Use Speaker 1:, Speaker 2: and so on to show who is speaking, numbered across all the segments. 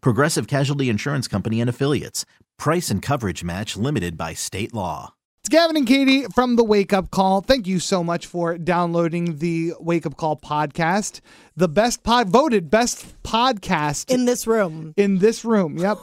Speaker 1: Progressive Casualty Insurance Company and Affiliates. Price and coverage match limited by state law.
Speaker 2: It's Gavin and Katie from the Wake Up Call. Thank you so much for downloading the Wake Up Call podcast. The best pod voted best podcast
Speaker 3: in this room.
Speaker 2: in this room. Yep.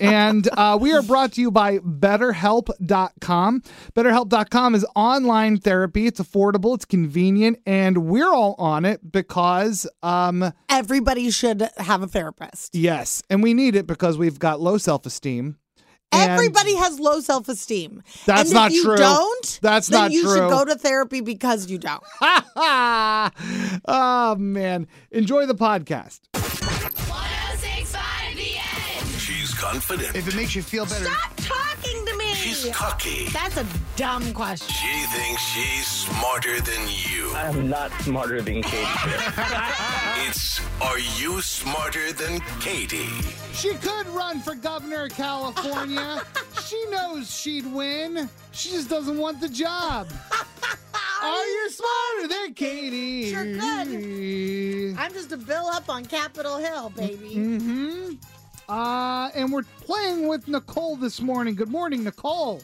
Speaker 2: and uh, we are brought to you by BetterHelp.com. BetterHelp.com is online therapy. It's affordable, it's convenient, and we're all on it because, um,
Speaker 3: Everybody should have a therapist.
Speaker 2: yes, and we need it because we've got low self esteem.
Speaker 3: Everybody has low self esteem.
Speaker 2: That's
Speaker 3: and if
Speaker 2: not
Speaker 3: you
Speaker 2: true.
Speaker 3: Don't.
Speaker 2: That's
Speaker 3: then
Speaker 2: not
Speaker 3: you
Speaker 2: true.
Speaker 3: should go to therapy because you don't.
Speaker 2: oh, Ah, man. Enjoy the podcast.
Speaker 4: She's confident.
Speaker 2: If it makes you feel better.
Speaker 3: Stop talking to me.
Speaker 4: She's cocky.
Speaker 3: That's a dumb question.
Speaker 4: She thinks she's smarter than you.
Speaker 5: I'm not smarter than Katie.
Speaker 4: It's Are You Smarter Than Katie?
Speaker 2: She could run for governor of California. she knows she'd win. She just doesn't want the job. Are you smarter than Katie?
Speaker 3: Sure
Speaker 2: could.
Speaker 3: I'm just a bill up on Capitol Hill, baby.
Speaker 2: Mm-hmm. Uh, and we're playing with Nicole this morning. Good morning, Nicole.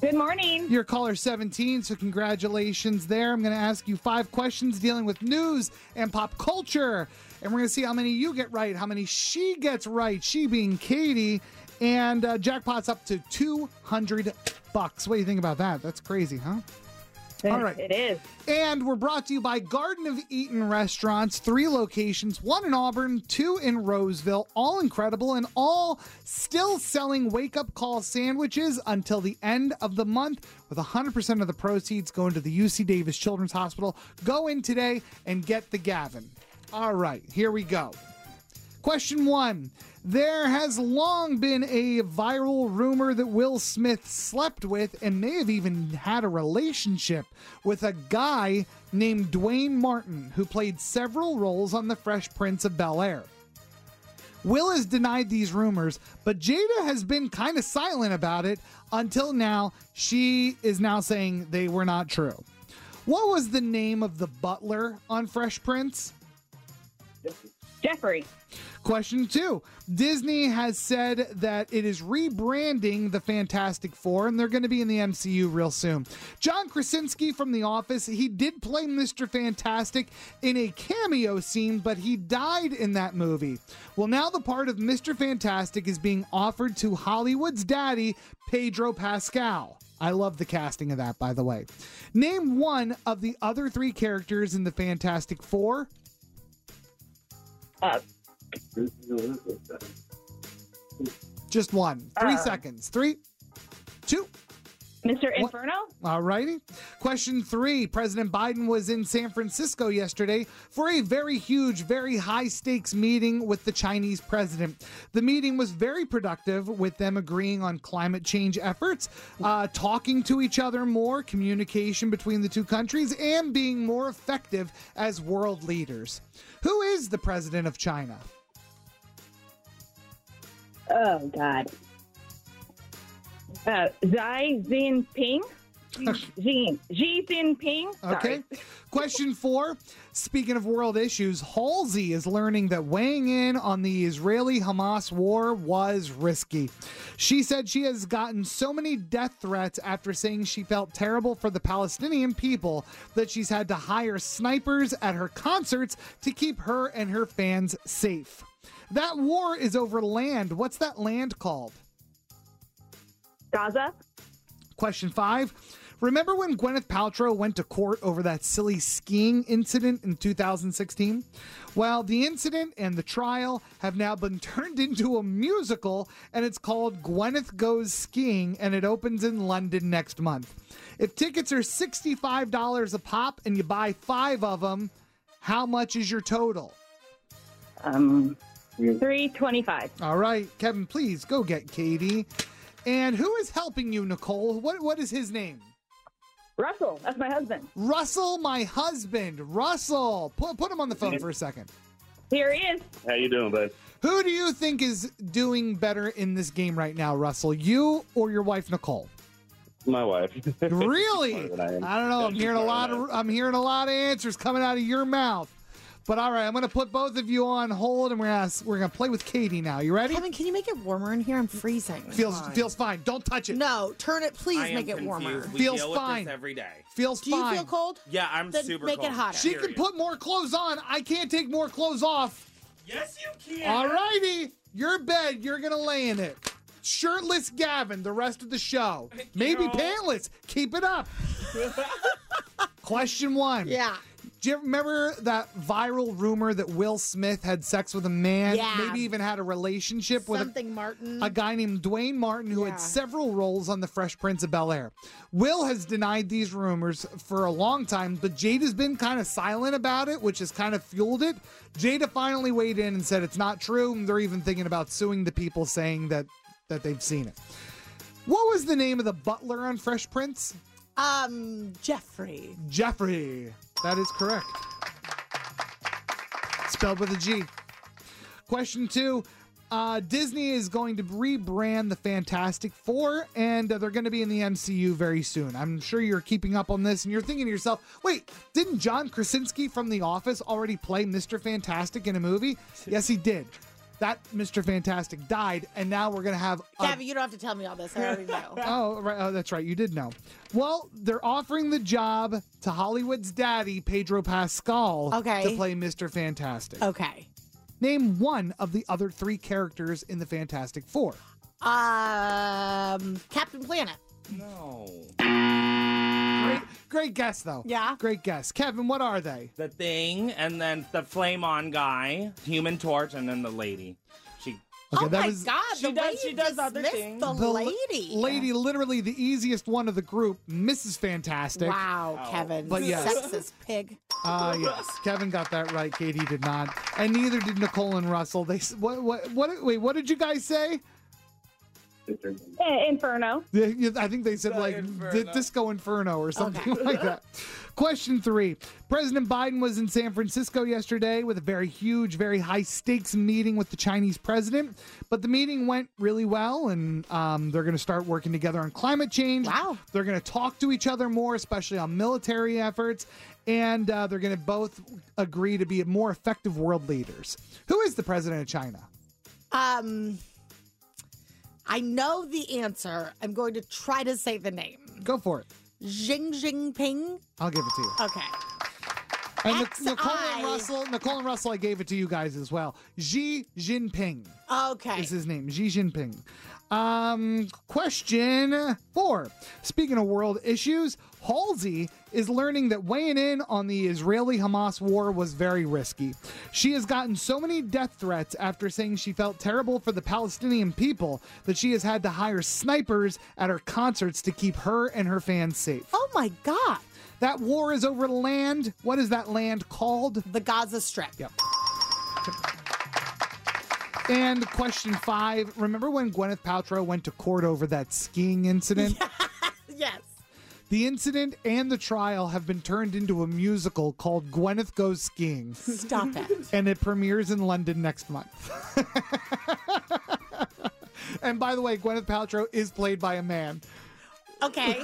Speaker 6: Good morning.
Speaker 2: You're caller 17, so congratulations there. I'm going to ask you five questions dealing with news and pop culture. And we're going to see how many you get right, how many she gets right, she being Katie. And uh, jackpot's up to 200 bucks. What do you think about that? That's crazy, huh? All right.
Speaker 6: It is.
Speaker 2: And we're brought to you by Garden of Eaton Restaurants, three locations, one in Auburn, two in Roseville, all incredible and all still selling wake up call sandwiches until the end of the month, with 100% of the proceeds going to the UC Davis Children's Hospital. Go in today and get the Gavin. All right, here we go. Question one There has long been a viral rumor that Will Smith slept with and may have even had a relationship with a guy named Dwayne Martin, who played several roles on The Fresh Prince of Bel Air. Will has denied these rumors, but Jada has been kind of silent about it until now. She is now saying they were not true. What was the name of the butler on Fresh Prince?
Speaker 6: Jeffrey.
Speaker 2: Question two Disney has said that it is rebranding the Fantastic Four, and they're going to be in the MCU real soon. John Krasinski from The Office, he did play Mr. Fantastic in a cameo scene, but he died in that movie. Well, now the part of Mr. Fantastic is being offered to Hollywood's daddy, Pedro Pascal. I love the casting of that, by the way. Name one of the other three characters in the Fantastic Four.
Speaker 6: Uh,
Speaker 2: Just one. Three
Speaker 6: Uh.
Speaker 2: seconds. Three, two.
Speaker 6: Mr.
Speaker 2: What?
Speaker 6: Inferno?
Speaker 2: All righty. Question three President Biden was in San Francisco yesterday for a very huge, very high stakes meeting with the Chinese president. The meeting was very productive with them agreeing on climate change efforts, uh, talking to each other more, communication between the two countries, and being more effective as world leaders. Who is the president of China?
Speaker 6: Oh, God. Uh, Xi Jinping? Xi, Xi Jinping? Sorry.
Speaker 2: Okay. Question four. Speaking of world issues, Halsey is learning that weighing in on the Israeli Hamas war was risky. She said she has gotten so many death threats after saying she felt terrible for the Palestinian people that she's had to hire snipers at her concerts to keep her and her fans safe. That war is over land. What's that land called?
Speaker 6: Gaza.
Speaker 2: Question five. Remember when Gwyneth Paltrow went to court over that silly skiing incident in 2016? Well, the incident and the trial have now been turned into a musical, and it's called Gwyneth Goes Skiing, and it opens in London next month. If tickets are $65 a pop and you buy five of them, how much is your total?
Speaker 6: Um, three twenty-five.
Speaker 2: All right, Kevin, please go get Katie. And who is helping you, Nicole? What what is his name?
Speaker 6: Russell, that's my husband.
Speaker 2: Russell, my husband. Russell, put put him on the phone for a second.
Speaker 6: Here he is.
Speaker 5: How you doing, bud?
Speaker 2: Who do you think is doing better in this game right now, Russell? You or your wife, Nicole?
Speaker 5: My wife.
Speaker 2: Really?
Speaker 5: Smarter than I am.
Speaker 2: I don't know.
Speaker 5: Yeah,
Speaker 2: I'm
Speaker 5: she's
Speaker 2: hearing a lot
Speaker 5: smarter than
Speaker 2: of I'm hearing a lot of answers coming out of your mouth. But all right, I'm gonna put both of you on hold, and we're gonna we're gonna play with Katie now. You ready?
Speaker 3: Kevin, can you make it warmer in here? I'm freezing.
Speaker 2: Feels
Speaker 3: Fine.
Speaker 2: feels fine. Don't touch it.
Speaker 3: No, turn it. Please
Speaker 7: I am
Speaker 3: make it warmer.
Speaker 7: confused. We
Speaker 2: Feels
Speaker 7: deal with this
Speaker 2: fine.
Speaker 7: every day.
Speaker 2: Feels
Speaker 3: Do you
Speaker 2: fine.
Speaker 3: feel cold?
Speaker 7: Yeah, I'm
Speaker 3: Then
Speaker 7: super.
Speaker 3: make it
Speaker 7: cold.
Speaker 3: hotter.
Speaker 2: She
Speaker 7: Period.
Speaker 2: can put more clothes on. I can't take more clothes off.
Speaker 7: Yes, you can.
Speaker 2: All righty, your bed, you're gonna lay in it. Shirtless Gavin, the rest of the show. Maybe pantless. Keep it up. Question one.
Speaker 3: Yeah.
Speaker 2: Do you remember that viral rumor that Will Smith had sex with a man?
Speaker 3: Yeah.
Speaker 2: Maybe even had a relationship with a
Speaker 3: Something, Martin.
Speaker 2: a guy named Dwayne Martin who
Speaker 3: Yeah.
Speaker 2: had several roles on The Fresh Prince of Bel Air. Will has denied these rumors for a long time, but Jade has been kind of silent about it, which has kind of fueled it. Jada finally weighed in and said it's not true, and they're even thinking about suing the people saying that that they've seen it. What was the name of the butler on Fresh Prince?
Speaker 3: um, Jeffrey.
Speaker 2: Jeffrey. That is correct. Spelled with a G. Question two. Uh, Disney is going to rebrand the Fantastic Four, and uh, they're going to be in the MCU very soon. I'm sure you're keeping up on this, and you're thinking to yourself, "Wait, didn't John Krasinski from The Office already play Mister Fantastic in a movie?" Yes, he did. That Mister Fantastic died, and now we're going to have a
Speaker 3: Gabby, you don't have to tell me all this. I already know.
Speaker 2: Oh, right. Oh, that's right. You did know. Well, they're offering the job to Hollywood's daddy, Pedro Pascal,
Speaker 3: Okay. Oh.
Speaker 2: to play Mr. Fantastic.
Speaker 3: okay.
Speaker 2: Name one of the other three characters in the Fantastic Four.
Speaker 3: Um, Captain Planet.
Speaker 7: No.
Speaker 2: Great, great guess, though.
Speaker 3: Yeah.
Speaker 2: Great guess. Kevin, what are they?
Speaker 7: The thing, and then the flame on guy, Human Torch, and then the lady. She.
Speaker 2: Okay,
Speaker 3: oh
Speaker 2: that
Speaker 3: my
Speaker 2: was
Speaker 3: God!
Speaker 7: She
Speaker 3: The
Speaker 7: does-
Speaker 3: way
Speaker 7: she
Speaker 3: you
Speaker 7: does other
Speaker 3: dismissed
Speaker 7: things.
Speaker 3: The,
Speaker 2: the l-
Speaker 3: lady.
Speaker 2: Lady, literally the easiest one of the group, Mrs. Fantastic.
Speaker 3: Wow,
Speaker 7: Oh.
Speaker 3: Kevin.
Speaker 2: But yes.
Speaker 3: Sexist pig.
Speaker 2: Uh, yes, Kevin got that right. Katie did not, and neither did Nicole and Russell. They s- what what what? Wait, what did you guys say?
Speaker 6: Eh, Inferno.
Speaker 2: Yeah, yeah, I think they said like D- Disco Inferno or something like that. Question three President Biden was in San Francisco yesterday with a very huge, very high stakes meeting with the Chinese president. But the meeting went really well, and um, they're going to start working together on climate change.
Speaker 3: Wow.
Speaker 2: They're going to talk to each other more, especially on military efforts. And uh, they're going to both agree to be more effective world leaders. Who is the president of China?
Speaker 3: Um, I know the answer. I'm going to try to say the name.
Speaker 2: Go for it.
Speaker 3: Xing Jinping.
Speaker 2: I'll give it to you.
Speaker 3: Okay.
Speaker 2: And Nic-
Speaker 3: X
Speaker 2: Nicole
Speaker 3: I.
Speaker 2: and Russell, Nicole and Russell, I gave it to you guys as well. Xi Jinping
Speaker 3: Okay.
Speaker 2: is his name. Xi Jinping. Um, question four. Speaking of world issues, Halsey is learning that weighing in on the Israeli Hamas war was very risky. She has gotten so many death threats after saying she felt terrible for the Palestinian people that she has had to hire snipers at her concerts to keep her and her fans safe.
Speaker 3: oh my God.
Speaker 2: That war is over land. What is that land called?
Speaker 3: The Gaza Strip.
Speaker 2: Yep. And question five. Remember when Gwyneth Paltrow went to court over that skiing incident?
Speaker 3: Yes.
Speaker 2: The incident and the trial have been turned into a musical called Gwyneth Goes Skiing,
Speaker 3: Stop it.
Speaker 2: and it premieres in London next month. and by the way, Gwyneth Paltrow is played by a man.
Speaker 3: Okay.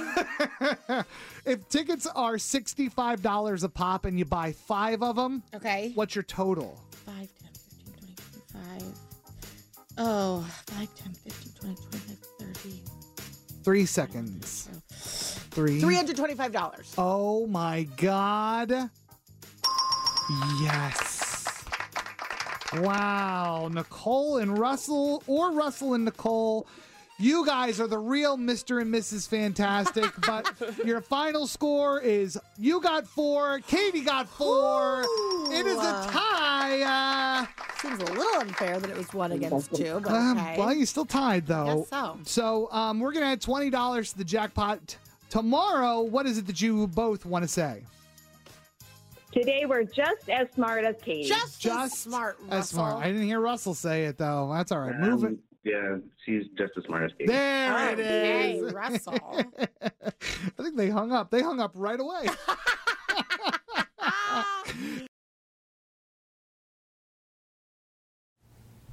Speaker 2: If tickets are $65 a pop and you buy five of them,
Speaker 3: Okay.
Speaker 2: what's your total?
Speaker 3: 5, 10, 15, 20, 25. Oh, 5, 10, 15, 20, 25, 30.
Speaker 2: Three seconds. Three.
Speaker 3: $325.
Speaker 2: Oh my god. Yes. Wow. Nicole and Russell, or Russell and Nicole, You guys are the real Mr. and Mrs. Fantastic, but your final score is you got four, Katie got four. It is a tie. Uh,
Speaker 3: Seems a little unfair that it was one against two, but
Speaker 2: um,
Speaker 3: okay.
Speaker 2: well, you're still tied, though.
Speaker 3: Guess so.
Speaker 2: So um, we're going to add $20 to the jackpot t- tomorrow. What is it that you both want to say?
Speaker 6: Today we're just as smart as Katie.
Speaker 3: just, as
Speaker 2: Just
Speaker 3: smart, Russell.
Speaker 2: That's smart. I didn't hear Russell say it, though. That's all right. Move it.
Speaker 5: Um, yeah, she's just as smart as Katie.
Speaker 2: There it
Speaker 3: Okay,
Speaker 2: is.
Speaker 3: Um, Russell.
Speaker 2: I think they hung up. They hung up right away.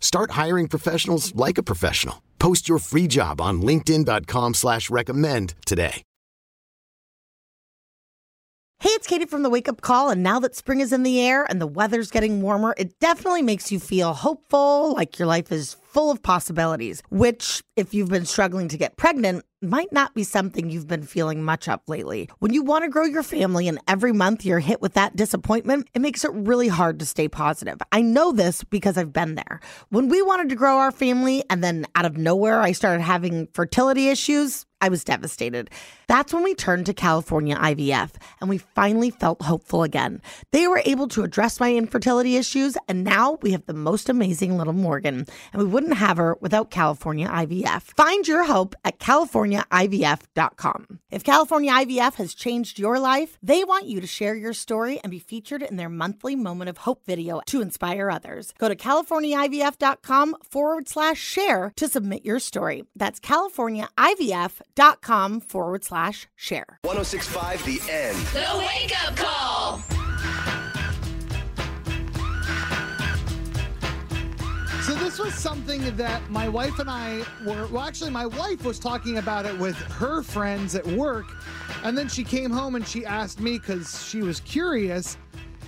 Speaker 8: Start hiring professionals like a professional. Post your free job on linkedin.com/recommend slash recommend today.
Speaker 3: Hey, it's Katie from the Wake Up Call. And now that spring is in the air and the weather's getting warmer, it definitely makes you feel hopeful, like your life is full of possibilities, which, if you've been struggling to get pregnant, might not be something you've been feeling much of lately. When you want to grow your family and every month you're hit with that disappointment, it makes it really hard to stay positive. I know this because I've been there. When we wanted to grow our family and then out of nowhere I started having fertility issues, I was devastated. That's when we turned to California IVF and we finally felt hopeful again. They were able to address my infertility issues, and now we have the most amazing little Morgan, and we wouldn't have her without California IVF. Find your hope at CaliforniaIVF.com. If California IVF has changed your life, they want you to share your story and be featured in their monthly Moment of Hope video to inspire others. Go to CaliforniaIVF.com forward slash share to submit your story. That's CaliforniaIVF.com forward slash share.
Speaker 4: 1065 The End.
Speaker 9: The Wake Up Call.
Speaker 2: So this was something that my wife and I were well actually my wife was talking about it with her friends at work and then she came home and she asked me cuz she was curious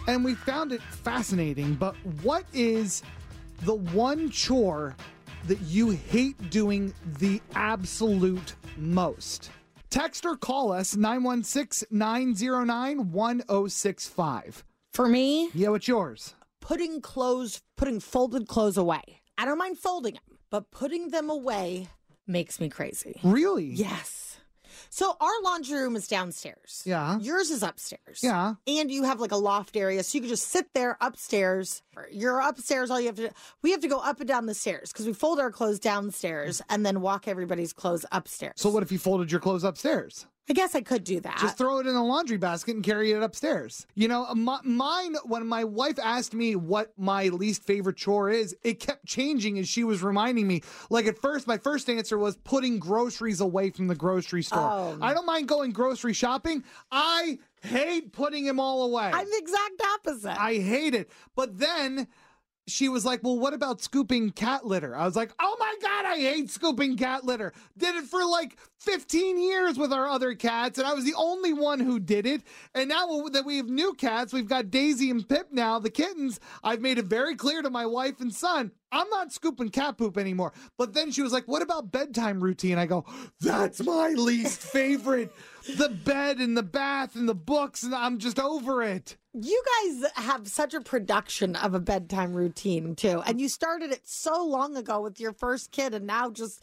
Speaker 2: and we found it fascinating but what is the one chore that you hate doing the absolute most? Text or call us 916-909-1065.
Speaker 3: For me,
Speaker 2: Yeah, what's yours?
Speaker 3: putting clothes, putting folded clothes away. I don't mind folding them, but putting them away makes me crazy.
Speaker 2: Really?
Speaker 3: Yes. So our laundry room is downstairs.
Speaker 2: Yeah.
Speaker 3: Yours is upstairs.
Speaker 2: Yeah.
Speaker 3: And you have like a loft area, so you can just sit there upstairs. You're upstairs. All you have to do, we have to go up and down the stairs because we fold our clothes downstairs and then walk everybody's clothes upstairs.
Speaker 2: So what if you folded your clothes upstairs?
Speaker 3: I guess I could do that.
Speaker 2: Just throw it in a laundry basket and carry it upstairs. You know, my, mine, when my wife asked me what my least favorite chore is, it kept changing as she was reminding me. Like at first, my first answer was putting groceries away from the grocery store.
Speaker 3: Oh.
Speaker 2: I don't mind going grocery shopping. I hate putting them all away.
Speaker 3: I'm the exact opposite.
Speaker 2: I hate it. But then she was like, Well, what about scooping cat litter? I was like, Oh my God, I hate scooping cat litter. Did it for like 15 years with our other cats, and I was the only one who did it. And now that we have new cats, we've got Daisy and Pip now, the kittens. I've made it very clear to my wife and son, I'm not scooping cat poop anymore. But then she was like, What about bedtime routine? I go, That's my least favorite. the bed and the bath and the books, and I'm just over it.
Speaker 3: You guys have such a production of a bedtime routine, too. And you started it so long ago with your first kid, and now just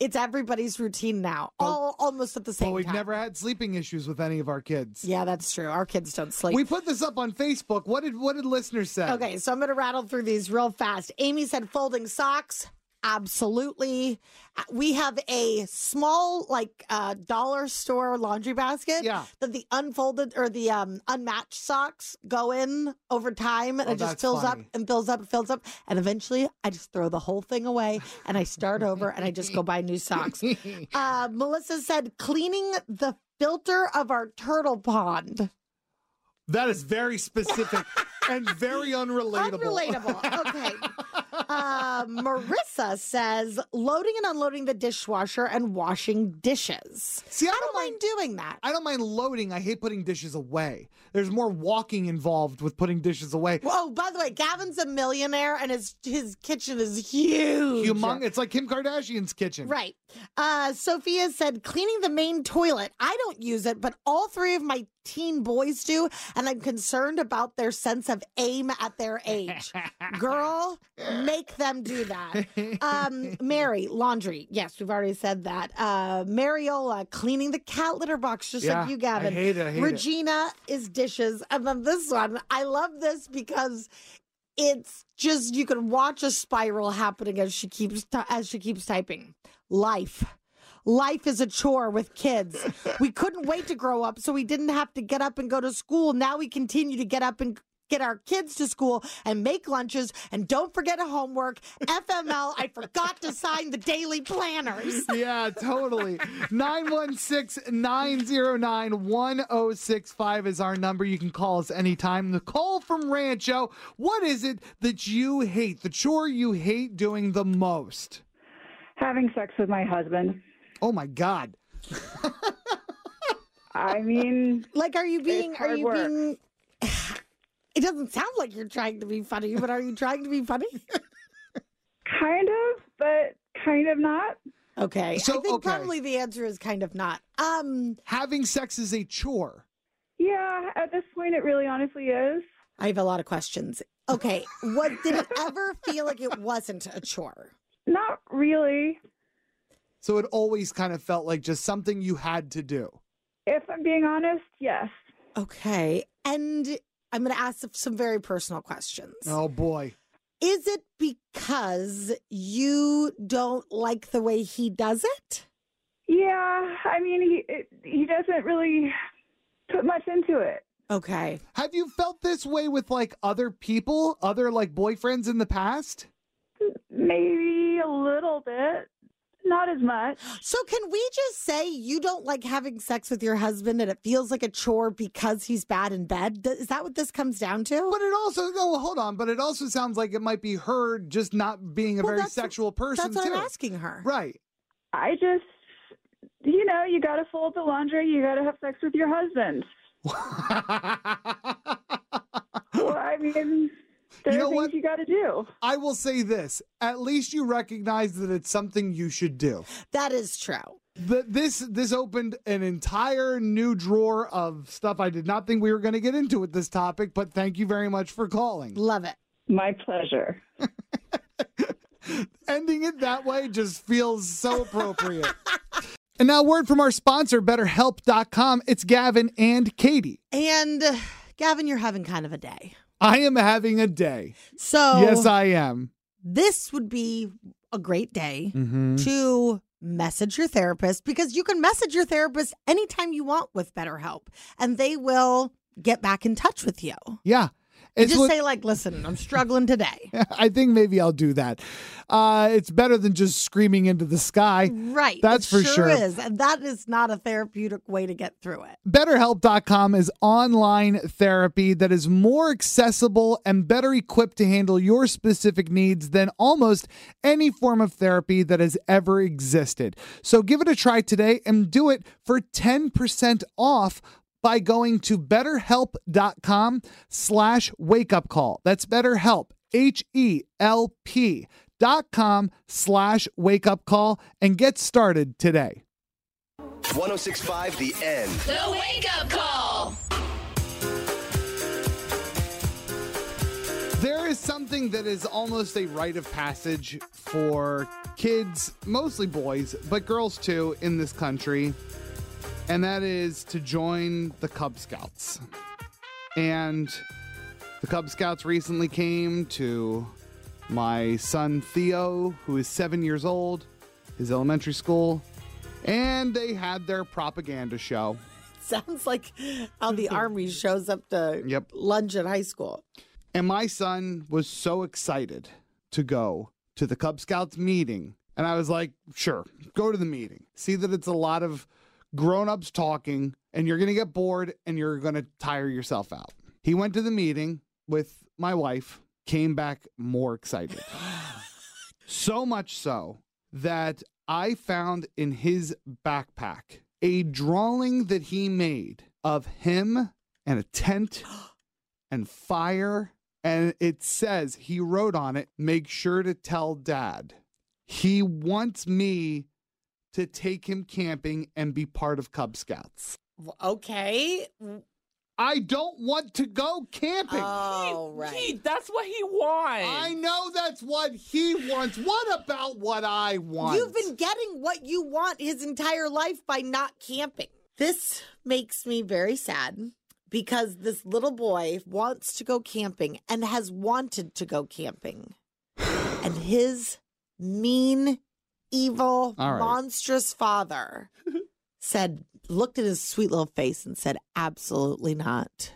Speaker 3: it's everybody's routine now, all almost at the same
Speaker 2: But we've
Speaker 3: time.
Speaker 2: never had sleeping issues with any of our kids.
Speaker 3: yeah, that's true. Our kids don't sleep.
Speaker 2: We put this up on Facebook. What did what did listeners say?
Speaker 3: Okay, so I'm going to rattle through these real fast. Amy said folding socks. Absolutely. Uh, We have a small, like, uh, dollar store laundry basket
Speaker 2: Yeah.
Speaker 3: that the unfolded or the um, unmatched socks go in over time and
Speaker 2: Oh,
Speaker 3: it just
Speaker 2: that's
Speaker 3: fills
Speaker 2: funny.
Speaker 3: up and fills up and fills up. And eventually I just throw the whole thing away and I start over and I just go buy new socks. Uh, Melissa said cleaning the filter of our turtle pond.
Speaker 2: That is very specific and very unrelatable.
Speaker 3: Unrelatable. Okay. uh, Marissa says loading and unloading the dishwasher and washing dishes.
Speaker 2: See, I
Speaker 3: I
Speaker 2: don't
Speaker 3: don't mind doing that.
Speaker 2: I don't mind loading. I hate putting dishes away. There's more walking involved with putting dishes away.
Speaker 3: Whoa! By the way, Gavin's a millionaire, and his his kitchen is huge.
Speaker 2: Humong- it's like Kim Kardashian's kitchen.
Speaker 3: Right. Uh, Sophia said cleaning the main toilet. I don't use it, but all three of my teen boys do, and I'm concerned about their sense of aim at their age. Girl, make them do that. Um, Mary, laundry. Yes, we've already said that. Uh, Mariola, cleaning the cat litter box, just
Speaker 2: Yeah,
Speaker 3: like you, Gavin.
Speaker 2: I hate it, I hate it.
Speaker 3: Regina is dishes, and then this one. I love this because it's just you can watch a spiral happening as she keeps ty- as she keeps typing life life is a chore with kids we couldn't wait to grow up so we didn't have to get up and go to school now we continue to get up and get our kids to school and make lunches and don't forget homework fml i forgot to sign the daily planners
Speaker 2: yeah, totally. 916-909-1065 is our number. You can call us anytime. Nicole from Rancho, what is it that you hate? The chore you hate doing the most?
Speaker 10: Having sex with my husband.
Speaker 2: Oh my god.
Speaker 10: I mean,
Speaker 3: like are you being are
Speaker 10: hard
Speaker 3: you
Speaker 10: work.
Speaker 3: being it doesn't sound like you're trying to be funny but are you trying to be funny
Speaker 10: kind of, but kind of not.
Speaker 3: Okay.
Speaker 2: So,
Speaker 3: I think
Speaker 2: okay.
Speaker 3: probably the answer is kind of not. Um
Speaker 2: Having sex is a chore.
Speaker 10: Yeah, at this point, it really honestly is.
Speaker 3: I have a lot of questions. Okay. What did it ever feel like it wasn't a chore?
Speaker 10: Not really.
Speaker 2: So it always kind of felt like just something you had to do.
Speaker 10: If I'm being honest, yes.
Speaker 3: Okay. And I'm gonna ask some very personal questions.
Speaker 2: Oh boy.
Speaker 3: Is it because you don't like the way he does it?
Speaker 10: Yeah, I mean, he it, he doesn't really put much into it.
Speaker 3: Okay.
Speaker 2: Have you felt this way with like other people, other like boyfriends in the past?
Speaker 10: Maybe a little bit, not as much.
Speaker 3: So can we just say you don't like having sex with your husband and it feels like a chore because he's bad in bed? Th- Is that what this comes down to?
Speaker 2: But it also no, well, hold on. But it also sounds like it might be her just not being a
Speaker 3: Well,
Speaker 2: very
Speaker 3: that's-
Speaker 2: sexual person
Speaker 3: That's what
Speaker 2: too.
Speaker 3: I'm asking her.
Speaker 2: Right.
Speaker 10: I just, you know, you got to fold the laundry. You got to have sex with your husband. Well, I mean, there
Speaker 2: You know
Speaker 10: are things
Speaker 2: what?
Speaker 10: you got to do.
Speaker 2: I will say this: at least you recognize that it's something you should do.
Speaker 3: That is true.
Speaker 2: Th this this opened an entire new drawer of stuff I did not think we were going to get into with this topic. But thank you very much for calling.
Speaker 3: Love it.
Speaker 10: My pleasure.
Speaker 2: ending it that way just feels so appropriate. and now, a word from our sponsor, BetterHelp.com. It's Gavin and Katie.
Speaker 3: And uh, Gavin, you're having kind of a day.
Speaker 2: I am having a day.
Speaker 3: So
Speaker 2: Yes, I am.
Speaker 3: this would be a great day
Speaker 2: Mm-hmm.
Speaker 3: to message your therapist because you can message your therapist anytime you want with BetterHelp and they will get back in touch with you.
Speaker 2: Yeah.
Speaker 3: You
Speaker 2: It's
Speaker 3: just
Speaker 2: what-
Speaker 3: say like, "Listen, I'm struggling today."
Speaker 2: I think maybe I'll do that. Uh, it's better than just screaming into the sky.
Speaker 3: Right.
Speaker 2: That's
Speaker 3: it
Speaker 2: for
Speaker 3: sure.
Speaker 2: sure.
Speaker 3: Is and that is not a therapeutic way to get through it.
Speaker 2: BetterHelp.com is online therapy that is more accessible and better equipped to handle your specific needs than almost any form of therapy that has ever existed. So give it a try today and do it for 10% off by going to betterhelp.com slash wake up call. That's betterhelp, H E L P dot com slash wake up call and get started today.
Speaker 4: 1065 The End.
Speaker 9: The Wake Up Call.
Speaker 2: There is something that is almost a rite of passage for kids, mostly boys, but girls too, in this country, and that is to join the Cub Scouts. And the Cub Scouts recently came to my son Theo, who is seven years old, his elementary school, and they had their propaganda show.
Speaker 3: Sounds like how the army shows up to
Speaker 2: Mm-hmm. Yep.
Speaker 3: lunch at high school.
Speaker 2: And my son was so excited to go to the Cub Scouts meeting. And I was like, sure, go to the meeting. See that it's a lot of grown ups talking, and you're going to get bored and you're going to tire yourself out. He went to the meeting with my wife, came back more excited. so much so that I found in his backpack a drawing that he made of him and a tent and fire. And it says he wrote on it, make sure to tell dad. He wants me to take him camping and be part of Cub Scouts.
Speaker 3: W- Okay.
Speaker 2: I don't want to go camping.
Speaker 3: All right.
Speaker 7: Gee, that's what he wants.
Speaker 2: I know that's what he wants. What about what I want?
Speaker 3: You've been getting what you want his entire life by not camping. This makes me very sad because this little boy wants to go camping and has wanted to go camping. And his mean, evil,
Speaker 2: All right.
Speaker 3: monstrous father said, looked at his sweet little face and said, absolutely not.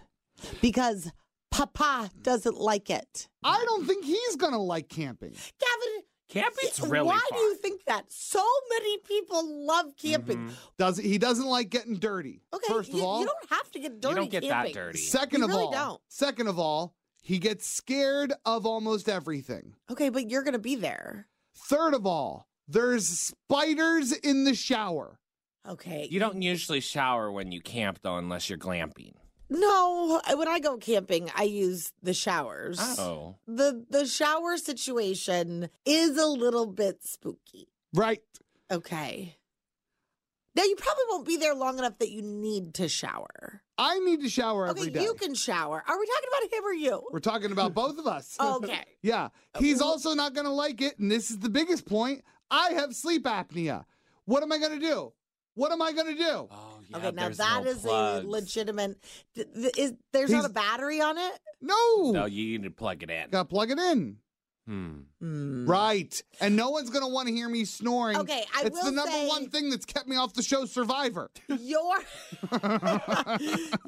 Speaker 3: Because Papa doesn't like it.
Speaker 2: I don't think he's going to like camping.
Speaker 3: Gavin,
Speaker 7: Camping's
Speaker 3: Y-
Speaker 7: really
Speaker 3: Why do
Speaker 7: fun.
Speaker 3: you think that? So many people love camping.
Speaker 7: Mm-hmm.
Speaker 2: Does he doesn't like getting dirty.
Speaker 3: Okay,
Speaker 2: First of
Speaker 3: you,
Speaker 2: all,
Speaker 3: you don't have to get dirty.
Speaker 7: don't get that
Speaker 3: camping.
Speaker 7: dirty.
Speaker 2: second
Speaker 3: You
Speaker 2: of
Speaker 3: really
Speaker 2: all,
Speaker 3: don't.
Speaker 2: second of all, he gets scared of almost everything.
Speaker 3: Okay, but you're gonna be there.
Speaker 2: Third of all, there's spiders in the shower.
Speaker 3: Okay.
Speaker 7: You don't usually shower when you camp, though, unless you're glamping.
Speaker 3: No, I- when I go camping, I use the showers.
Speaker 7: Oh.
Speaker 3: The the shower situation is a little bit spooky.
Speaker 2: Right.
Speaker 3: Okay. Now you probably won't be there long enough that you need to shower.
Speaker 2: I need to shower every
Speaker 3: Okay,
Speaker 2: day.
Speaker 3: you can shower. Are we talking about him or you?
Speaker 2: We're talking about both of us.
Speaker 3: Okay.
Speaker 2: yeah. He's also not going to like it. And this is the biggest point. I have sleep apnea. What am I going to do? What am I going to do?
Speaker 7: Oh,
Speaker 3: okay, now that is a legitimate. th- th- Is there's not
Speaker 2: He's-
Speaker 3: a battery on it?
Speaker 2: No.
Speaker 7: No, you need to plug it in.
Speaker 2: Got to plug it in.
Speaker 7: Hmm.
Speaker 3: Mm.
Speaker 2: Mm. Right. And no one's going to want to hear me snoring.
Speaker 3: Okay, I
Speaker 2: It's the
Speaker 3: will
Speaker 2: number
Speaker 3: say-
Speaker 2: one thing that's kept me off the show Survivor.
Speaker 3: Your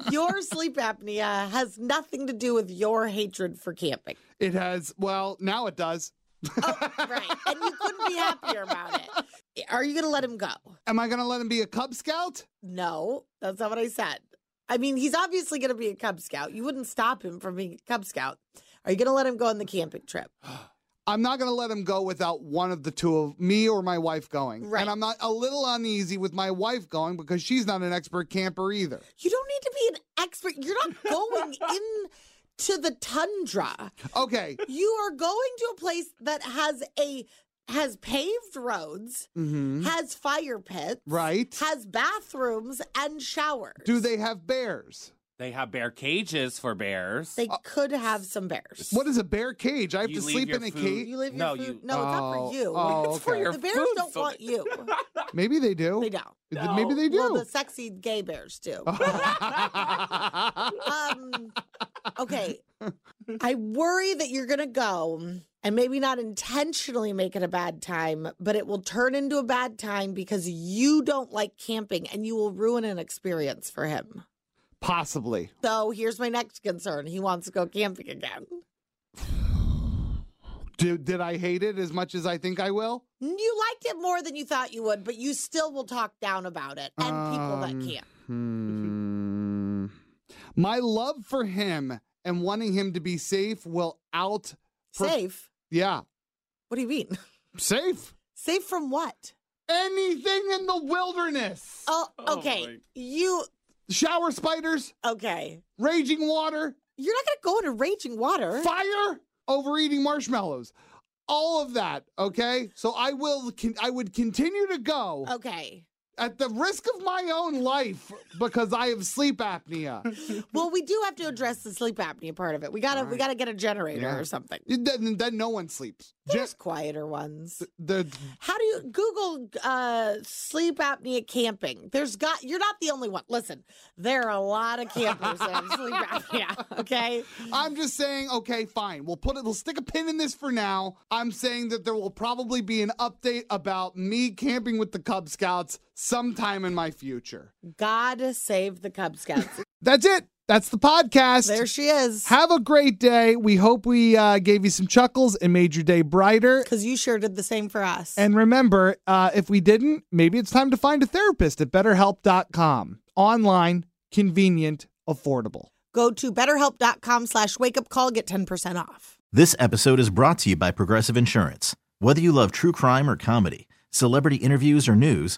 Speaker 3: your sleep apnea has nothing to do with your hatred for camping. Oh,
Speaker 2: It has, well, now it does.
Speaker 3: Right. And you couldn't be happier about it. Are you going to let him go?
Speaker 2: Am I going to let him be a Cub Scout?
Speaker 3: No, that's not what I said. I mean, he's obviously going to be a Cub Scout. You wouldn't stop him from being a Cub Scout. Are you going to let him go on the camping trip?
Speaker 2: I'm not going to let him go without one of the two of me or my wife going.
Speaker 3: Right.
Speaker 2: And I'm not a little uneasy with my wife going because she's not an expert camper either.
Speaker 3: You don't need to be an expert. You're not going in to the tundra.
Speaker 2: Okay.
Speaker 3: You are going to a place that has a has paved roads,
Speaker 2: Mhm.
Speaker 3: has fire pits,
Speaker 2: Right.
Speaker 3: has bathrooms and showers.
Speaker 2: Do they have bears?
Speaker 7: They have bear cages for bears.
Speaker 3: They could have some bears.
Speaker 2: uh, What is a bear cage? I have
Speaker 7: You
Speaker 2: to
Speaker 7: leave
Speaker 2: sleep
Speaker 7: your
Speaker 2: in a
Speaker 7: food-
Speaker 2: cage.
Speaker 3: You live your
Speaker 7: No,
Speaker 3: food.
Speaker 7: you-
Speaker 3: No, it's not
Speaker 2: Oh,
Speaker 3: for you.
Speaker 2: oh, It's for okay. your
Speaker 3: the bears
Speaker 7: food,
Speaker 3: don't
Speaker 7: so
Speaker 3: want
Speaker 7: they-
Speaker 3: you.
Speaker 2: Maybe they do.
Speaker 3: They don't.
Speaker 2: Th- Maybe they do.
Speaker 3: Well, the sexy gay bears do. um, okay. I worry that you're going to go and maybe not intentionally make it a bad time, but it will turn into a bad time because you don't like camping and you will ruin an experience for him.
Speaker 2: Possibly.
Speaker 3: So here's my next concern. He wants to go camping again.
Speaker 2: Did, did I hate it as much as I think I will?
Speaker 3: You liked it more than you thought you would, but you still will talk down about it and people
Speaker 2: Um,
Speaker 3: that can't.
Speaker 2: hmm. My love for him and wanting him to be safe will out.
Speaker 3: Safe?
Speaker 2: Yeah.
Speaker 3: What do you mean?
Speaker 2: Safe.
Speaker 3: Safe from what?
Speaker 2: Anything in the wilderness.
Speaker 3: Oh, okay. you
Speaker 2: shower spiders.
Speaker 3: Okay.
Speaker 2: Raging water.
Speaker 3: You're not gonna go into raging water.
Speaker 2: Fire. Overeating marshmallows. All of that. Okay. So I will. Con- I would continue to go.
Speaker 3: Oh. Okay.
Speaker 2: At the risk of my own life, because I have sleep apnea.
Speaker 3: Well, we do have to address the sleep apnea part of it. We gotta we gotta get a generator
Speaker 2: Yeah.
Speaker 3: or something.
Speaker 2: It- Then, then no one sleeps.
Speaker 3: Just quieter ones.
Speaker 2: The
Speaker 3: How do you Google uh, sleep apnea camping? There's got you're not the only one. Listen, there are a lot of campers that have sleep apnea. Okay,
Speaker 2: I'm just saying. Okay, fine. We'll put it. We'll stick a pin in this for now. I'm saying that there will probably be an update about me camping with the Cub Scouts sometime in my future.
Speaker 3: God save the Cub Scouts.
Speaker 2: That's it. That's the podcast. There
Speaker 3: she is.
Speaker 2: Have a great day. We hope we uh, gave you some chuckles and made your day brighter.
Speaker 3: Because you sure did the same for us.
Speaker 2: And remember, uh, if we didn't, maybe it's time to find a therapist at betterhelp.com. Online, convenient, affordable.
Speaker 3: Go to betterhelp.com slash wake up call, get 10% off.
Speaker 1: This episode is brought to you by Progressive Insurance. Whether you love true crime or comedy, celebrity interviews or news,